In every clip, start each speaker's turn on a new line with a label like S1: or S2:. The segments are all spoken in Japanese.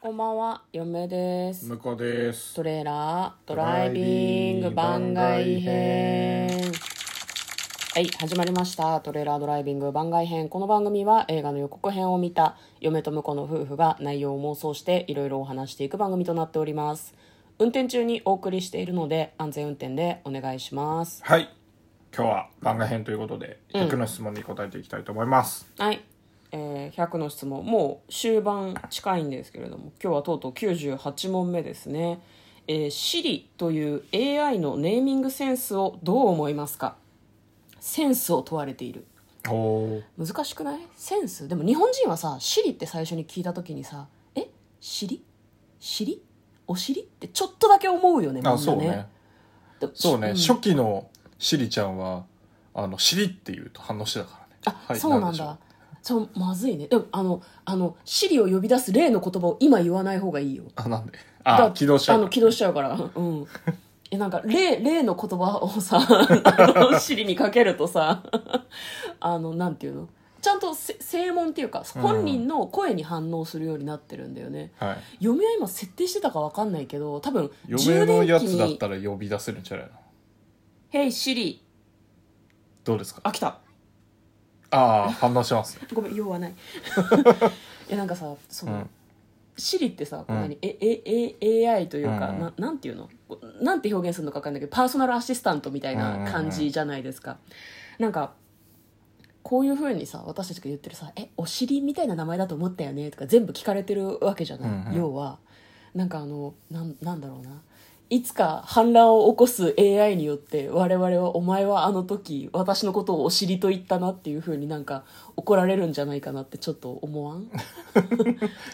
S1: こんばんは、嫁です。
S2: 向こうです
S1: トレーラードライビング番外編。はい、始まりました。トレーラードライビング番外編。この番組は映画の予告編を見た嫁と婿の夫婦が内容を妄想していろいろお話していく番組となっております。運転中にお送りしているので安全運転でお願いします。
S2: はい今日は番外編ということで100の質問に答えていきたいと思います、
S1: はい。えー100の質問もう終盤近いんですけれども今日はとうとう98問目ですね、えー、Siri という AI のネーミングセンスをどう思いますかセンスを問われている
S2: おー
S1: 難しくないセンスでも日本人はさ「Siri」って最初に聞いた時にさ「え尻尻お尻?」ってちょっとだけ思うよねみんな
S2: あ
S1: ね
S2: そうね
S1: で
S2: そうね、
S1: ん
S2: 初期のシリちゃんはあのシリっていうと反応してたからね
S1: あ、
S2: はい
S1: そうな
S2: なん
S1: ん
S2: でしょ
S1: だそうまずいねでもあのあのシリを呼び出す例の言葉を今言わない方がいいよ
S2: あなんで
S1: だ
S2: あ起動しちゃ
S1: あ
S2: う
S1: の起動しちゃうから うんえなんか例例の言葉をさあの尻にかけるとさあのなんていうのちゃんとせ正門っていうか
S2: うん
S1: 本人の声に反応するようになってるんだよね、
S2: はい
S1: 嫁は今設定してたか分かんないけど多分
S2: 嫁のやつだっ
S1: に
S2: たら呼び出せるんじゃないの
S1: 「ヘイシリ
S2: どうですか
S1: あ来た
S2: ああ反応しますね
S1: ごめん用はないいやなんかさその、
S2: うん
S1: シリってさ、
S2: うん
S1: 何えええ AI というか、
S2: うん
S1: ななんていうのこうなんて表現するのか分かんないけどパーソナルアシスタントみたいな感じじゃないですか、なんかこういうふうにさ私たちが言ってるさ「えお尻みたいな名前だと思ったよね」とか全部聞かれてるわけじゃない、
S2: うんうん
S1: 要はなんかあのなんなんだろうないつか反乱を起こす AI によって我々はお前はあの時私のことをお尻と言ったなっていうふうになんか怒られるんじゃないかなってちょっと思わん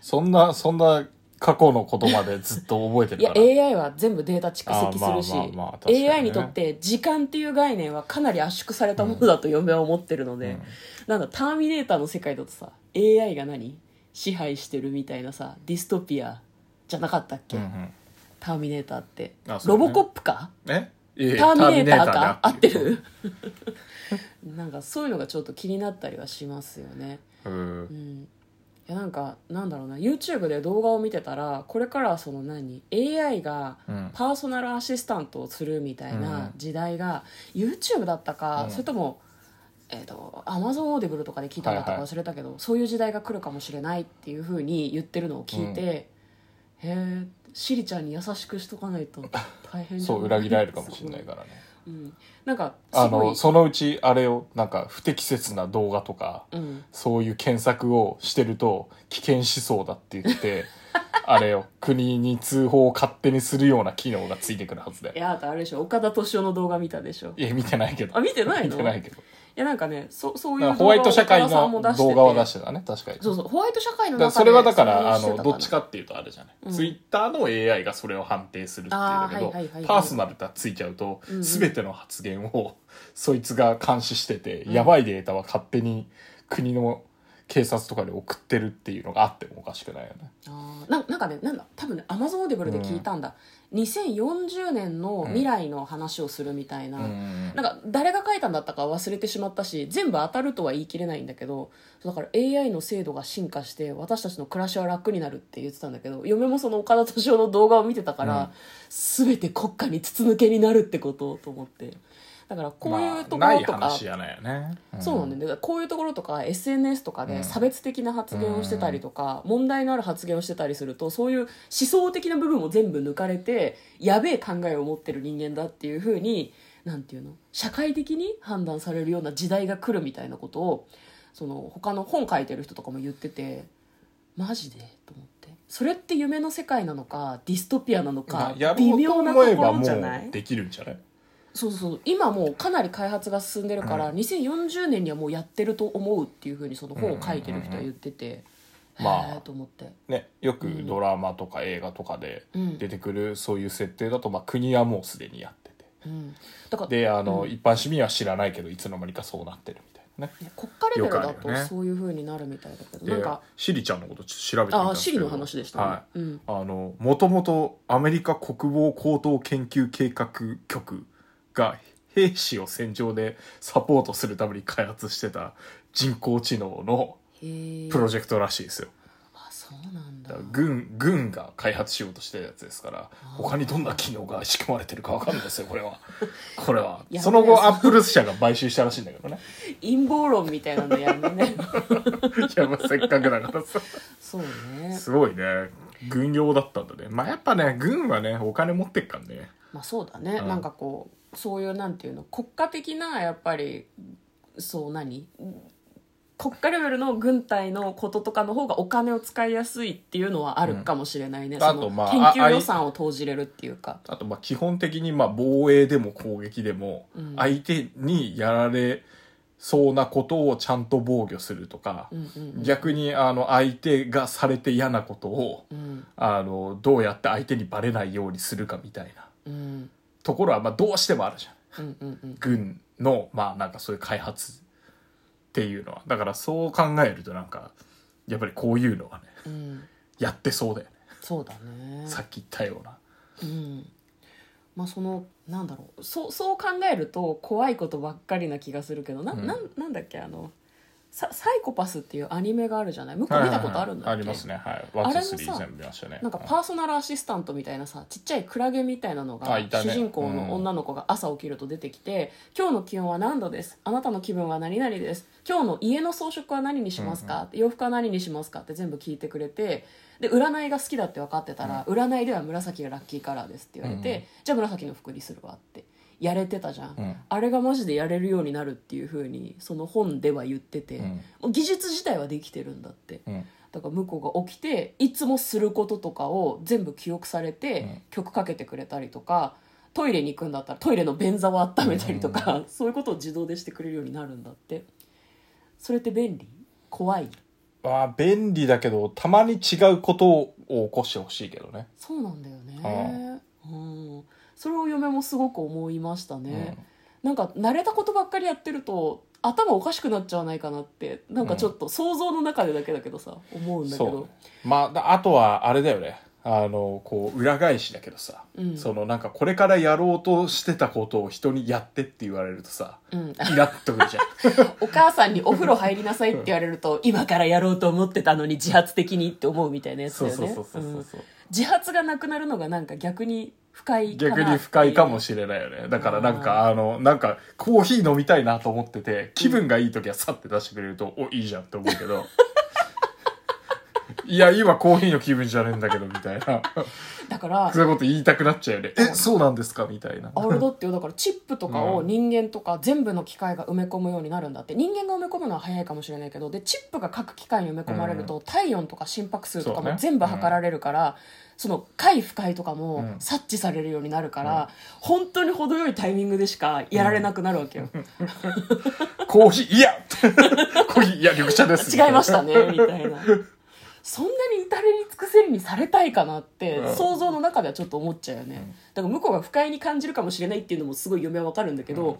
S2: そんなそんな過去のことまでずっと覚えて
S1: い
S2: る
S1: や
S2: から
S1: AI は全部データ蓄積するし、
S2: あーまあまあまあ確かにね
S1: AI にとって時間っていう概念はかなり圧縮されたものだと嫁は思ってるので、
S2: うん
S1: なんだターミネーターの世界だとさ AI が何支配してるみたいなさディストピアじゃなかったっけ、
S2: うんうん
S1: ターミネーターって、
S2: あそ
S1: ロ
S2: うね
S1: ボコップか
S2: えいえいえ
S1: ターミネーターか合
S2: タ
S1: っ
S2: ーミネ
S1: て
S2: ーターで
S1: る なんかそういうのがちょっと気になったりはしますよね
S2: うん
S1: うんいやなんかなんだろうな YouTube で動画を見てたらこれからはその何 AI が
S2: うん
S1: パーソナルアシスタントをするみたいな時代が、YouTube だったか、
S2: うん
S1: それとも、えー、と Amazon オーディブルとかで聞いたんだった
S2: はい
S1: か
S2: はい
S1: 忘れたけど、そういう時代が来るかもしれないっていうふうに言ってるのを聞いて、へえシリちゃんに優しくしとかないと大変じゃない
S2: そう裏切られるかもしれないからね
S1: うん、なんかす
S2: あ
S1: ごい
S2: のそのうちあれをなんか不適切な動画とか
S1: うん、
S2: そういう検索をしてると危険思想だって言って あれよ国に通報を勝手にするような機能がついてくるはず
S1: い
S2: だよ
S1: やあとあれでしょ岡田敏夫の動画見たでしょ
S2: いや見てないけど
S1: あ見てないの
S2: 見てないけど
S1: いやなんかねそそうい
S2: だか
S1: う
S2: らホワイト社会の
S1: 動画を岡田
S2: 動
S1: さんも出してて
S2: 画は出してたね確かに
S1: そうそうホワイト社会の
S2: だ
S1: 中
S2: から
S1: で
S2: それはだからあ
S1: そういう
S2: の
S1: してた
S2: どっちかっていうとあれじゃない、
S1: うん
S2: ツイッターの AI がそれを判定するっていうんだけ
S1: あ
S2: ど
S1: ーはいはいはいはい
S2: パーソナルがついちゃうと、
S1: うんうん
S2: 全ての発言をそいつが監視してて、やばいデータは勝手に国の警察とかに送ってるっていうのがあってもおかしくないよね。
S1: あーななんかねなんだ多分ねアマゾンオーディブルで聞いたんだ、2040年の未来の話をするみたいな、
S2: うん
S1: なんか誰が書いたんだったか忘れてしまったし全部当たるとは言い切れないんだけどだから AI の精度が進化して私たちの暮らしは楽になるって言ってたんだけど嫁もその岡田敏夫の動画を見てたから、
S2: うん
S1: 全て国家に筒抜けになるってことと思ってだからこういうところとか、
S2: まあ、ない話やないよね。
S1: そうなんだよだからこういうところとか SNS とか
S2: う
S1: で
S2: ん
S1: 差別的な発言をしてたりとか、問題のある発言をしてたりするとそういう思想的な部分も全部抜かれてやべえ考えを持ってる人間だっていうふうになんていうの社会的に判断されるような時代が来るみたいなことをその他の本書いてる人とかも言っててマジでと思ってそれって夢の世界なのかディストピアなの
S2: ま
S1: か
S2: あ、やろ
S1: 微
S2: うと
S1: 妙なと
S2: 思えば
S1: ころ
S2: も
S1: じゃないう
S2: できるんじゃない
S1: そうそう今もうかなり開発が進んでるから、2040年にはもうやってると思うっていうふうにその本を書いてる人は言ってて、
S2: うんうんうんうん
S1: へ
S2: ま
S1: え
S2: あ
S1: と思って、
S2: ね、よくドラマとか映画とかで
S1: うん
S2: 出てくるそういう設定だと、まあ、国はもうすでにやってて
S1: うん、だから
S2: であの、一般市民は知らないけどいつの間にかそうなってるみたいなね
S1: ね国家レベルだ
S2: よく
S1: と
S2: あるよね
S1: そういうふうになるみたいだけど、
S2: で
S1: なんか
S2: シリちゃんのことちょっと調べてみたん
S1: ああ
S2: です
S1: シ
S2: け
S1: リ
S2: ど
S1: の話でしたね、
S2: はい
S1: うん、
S2: あのもともとアメリカ国防高等研究計画局が兵士を戦場でサポートするために開発してた人工知能の
S1: へえ
S2: プロジェクトらしいですよ、
S1: あそそうなんだ
S2: だから軍軍が開発しようとしてるやつですから
S1: あー
S2: 他にどんな機能が仕組まれてるか分かんないですよこ れはこれは
S1: やべえ
S2: その後
S1: そう
S2: アップル社が買収したらしいんだけどね
S1: 陰謀論みたいなのやめな よ
S2: いやまあせっかくだからさ
S1: そうね
S2: すごいね軍用だったんだねまあやっぱね軍はねお金持ってっからね
S1: まあそうだね、
S2: うん
S1: なんかこうそういうなんていうの国家的なやっぱりそう何国家レベルの軍隊のこととかの方がお金を使いやすいっていうのはあるかもしれないね、
S2: ん
S1: そ
S2: あ
S1: の
S2: とまあ
S1: 研究
S2: あ
S1: 予算を投じれるっていうか
S2: あとまあ基本的にまあ防衛でも攻撃でも
S1: うん
S2: 相手にやられそうなことをちゃんと防御するとか、
S1: うんうん
S2: 逆にあの相手がされて嫌なことを
S1: うん
S2: あのどうやって相手にバレないようにするかみたいな
S1: うんうん
S2: ところはまあどうしてもあるじゃん
S1: うんうんうん
S2: 軍のまあなんかそういう開発っていうのはだからそう考えるとなんかやっぱりこういうのはね
S1: うん
S2: やってそうだよね、
S1: そうだね
S2: さっき言ったような
S1: うんまあそのなんだろうそうそう考えると怖いことばっかりな気がするけどな,、、
S2: うんん
S1: なんなんだっけあのサ「サイコパス」っていうアニメがあるじゃない向こう見たことあるんだっけ、
S2: はいはいはいありますねはいワンツースリ
S1: あれも
S2: ー
S1: さ
S2: 全部見ましたね
S1: なんかパーソナルアシスタントみたいなさちっちゃいクラゲみたいなのが、
S2: あいたね
S1: 主人公の女の子が朝起きると出てきて「今日の気温は何度ですあなたの気分は何々です今日の家の装飾は何にしますか?」洋服は何にしますか?」って全部聞いてくれてで占いが好きだって分かってたら「占いでは紫がラッキーカラーです」って言われて「
S2: うん
S1: じゃあ紫の服にするわ」ってやれてたじゃん、
S2: うん
S1: あれがマジでやれるようになるっていうふうにその本では言ってて、
S2: うん
S1: もう技術自体はできてるんだって。
S2: うん
S1: だから向こうが起きていつもすることとかを全部記憶されて、
S2: うん
S1: 曲かけてくれたりとかトイレに行くんだったらトイレの便座を温めたりとか、 そういうことを自動でしてくれるようになるんだってそれって便利怖い
S2: まあ便利だけどたまに違うことを起こしてほしいけどね
S1: そうなんだよね、うん、それを嫁もすごく思いましたね、なんか慣れたことばっかりやってると頭おかしくなっちゃわないかなってなんかちょっと想像の中でだけだけどさ思う
S2: うんん
S1: だけど、
S2: そうまあだあとはあれだよねあのこう裏返しだけどさ、
S1: うん
S2: そのなんかこれからやろうとしてたことを人にやってって言われるとさ
S1: うん、
S2: イラッとくるじゃん
S1: お母さんにお風呂入りなさいって言われる と、今からやろうと思ってたのに自発的にって思うみたいなやつ
S2: そ
S1: だ
S2: う
S1: よ
S2: そう
S1: ね
S2: そうそう
S1: う
S2: そうんそう
S1: 自発がなくなるのがなんか逆に不快かな
S2: 逆に不快かも
S1: し
S2: しれないよねだからなんかあのなんかコーヒー飲みたいなと思ってて気分がいい時はさって出してくれると、おいいじゃんって思うけ どいや今コーヒーの気分じゃねえんだけどみたい な
S1: だから
S2: そういうこと言いたくなっちゃうよねえそうなんですかみたいな
S1: あれだってよだからチップとかを
S2: うん
S1: 人間とか全部の機械が埋め込むようになるんだって人間が埋め込むのは早いかもしれないけどでチップが各機械に埋め込まれると体温とか心拍数とか
S2: そう
S1: も
S2: ね
S1: 全部測られるからその快不快とか
S2: う
S1: も
S2: ん
S1: 察知されるようになるから本当に程よいタイミングでしかやられなくなるわけよ
S2: コーヒーいや コーヒーいや緑茶 です
S1: 違いましたねみたいなそんなに至れり尽くせりにされたいかなって
S2: うん
S1: 想像の中ではちょっと思っちゃうよね、だから向こうが不快に感じるかもしれないっていうのもすごい嫁はわかるんだけど、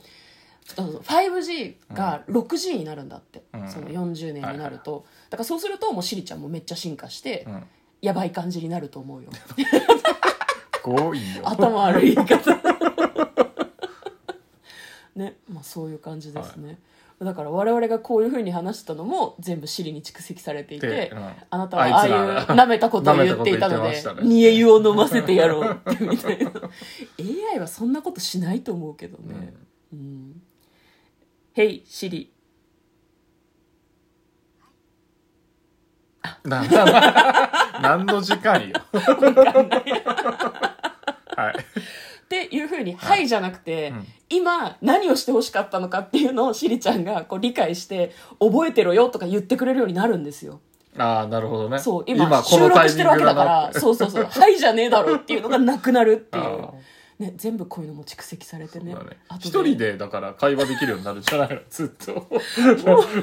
S1: あの 5G が 6G になるんだって、
S2: うん
S1: その40年になると、だからそうするともうシリちゃんもめっちゃ進化して、
S2: うん
S1: やばい感じになると思うよ
S2: こういいよ
S1: 頭悪い言い方 ねまあそういう感じですね、だから我々がこういうふうに話したのも全部シリに蓄積されていて
S2: でうん
S1: あなたはああ
S2: あ
S1: い
S2: いうつら
S1: 舐めたことを言っていたの
S2: 舐めたこと言
S1: で
S2: ってましたね
S1: 煮え湯を飲ませてやろうってみたいな AI はそんなことしないと思うけどねうん「へいシリ
S2: なな何の 時間よ はい」
S1: っていうふうに「はい」じゃなくて、
S2: うん
S1: 今何をしてほしかったのかっていうのをシリちゃんがこう理解して「覚えてろよ」とか言ってくれるようになるんですよ。
S2: ああなるほどね
S1: そう今収録してるわけだから
S2: って
S1: そうそうそう「はい」じゃねえだろっていうのがなくなるってい
S2: あ
S1: う。ね、全部こういうのも蓄積されてね
S2: そうだね
S1: 後
S2: 一人でだから会話できるようになるんじゃないの ずっと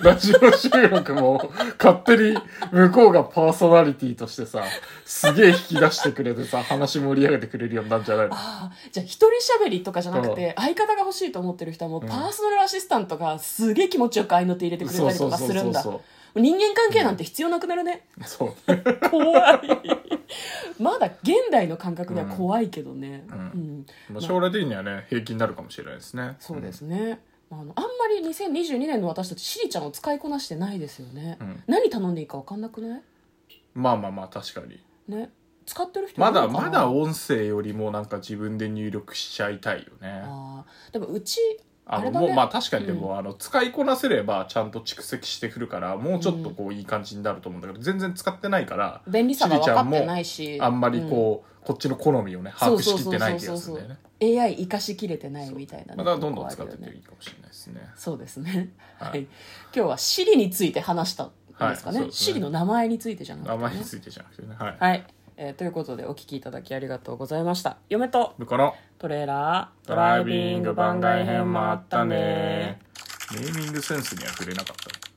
S2: ラジオ収録も勝手に向こうがパーソナリティとしてさすげえ引き出してくれてさ話盛り上げてくれるようになるんじゃないの
S1: ああじゃあ一人喋りとかじゃなくて相方が欲しいと思ってる人はもうパーソナルアシスタントがすげえ気持ちよく合いの手入れてくれたりとかするんだ
S2: そう
S1: 人間関係なんて必要なくなるね
S2: うそうそう
S1: 怖いまだ現代の感覚では怖いけどね、うん
S2: そうまあ将来的にはね平気になるかもしれないですね
S1: そうですね、あのあんまり2022年の私たちシリちゃんを使いこなしてないですよね、
S2: うん
S1: 何頼んでいいか分かんなくない
S2: まあまあまあ確かに
S1: ね使ってる人い
S2: ま
S1: るの
S2: だ
S1: かな
S2: まだ音声よりもなんか自分で入力しちゃいたいよね
S1: あーでもうち
S2: あの
S1: あれだね
S2: もうまあ確かにでも、あの使いこなせればちゃんと蓄積してくるからもうちょっとこういい感じになると思うんだけど、全然使ってないから
S1: 便利さが分かってないし
S2: あんまりこう、こっちの好みをね把握しきってないってやつ
S1: そうそうそう
S2: だ
S1: そ
S2: よね
S1: う AI 生かしきれてないみたいな
S2: ま
S1: ね
S2: あだからどんどん使って
S1: とこ
S2: い
S1: ある
S2: くと
S1: よ
S2: いい
S1: ね
S2: かもしれないですね
S1: そうですね
S2: はい
S1: はい今日は Siri について話したんですかね,、
S2: はいそうですね
S1: Siri の名前についてじゃなくて、
S2: 名
S1: ね、
S2: 前についてじゃなくてねはい、
S1: はい、えーということでお聞きいただきありがとうございました嫁と
S2: だから
S1: トレーラー
S2: ドライビング番外編もあったねネーミングセンスには触れなかったね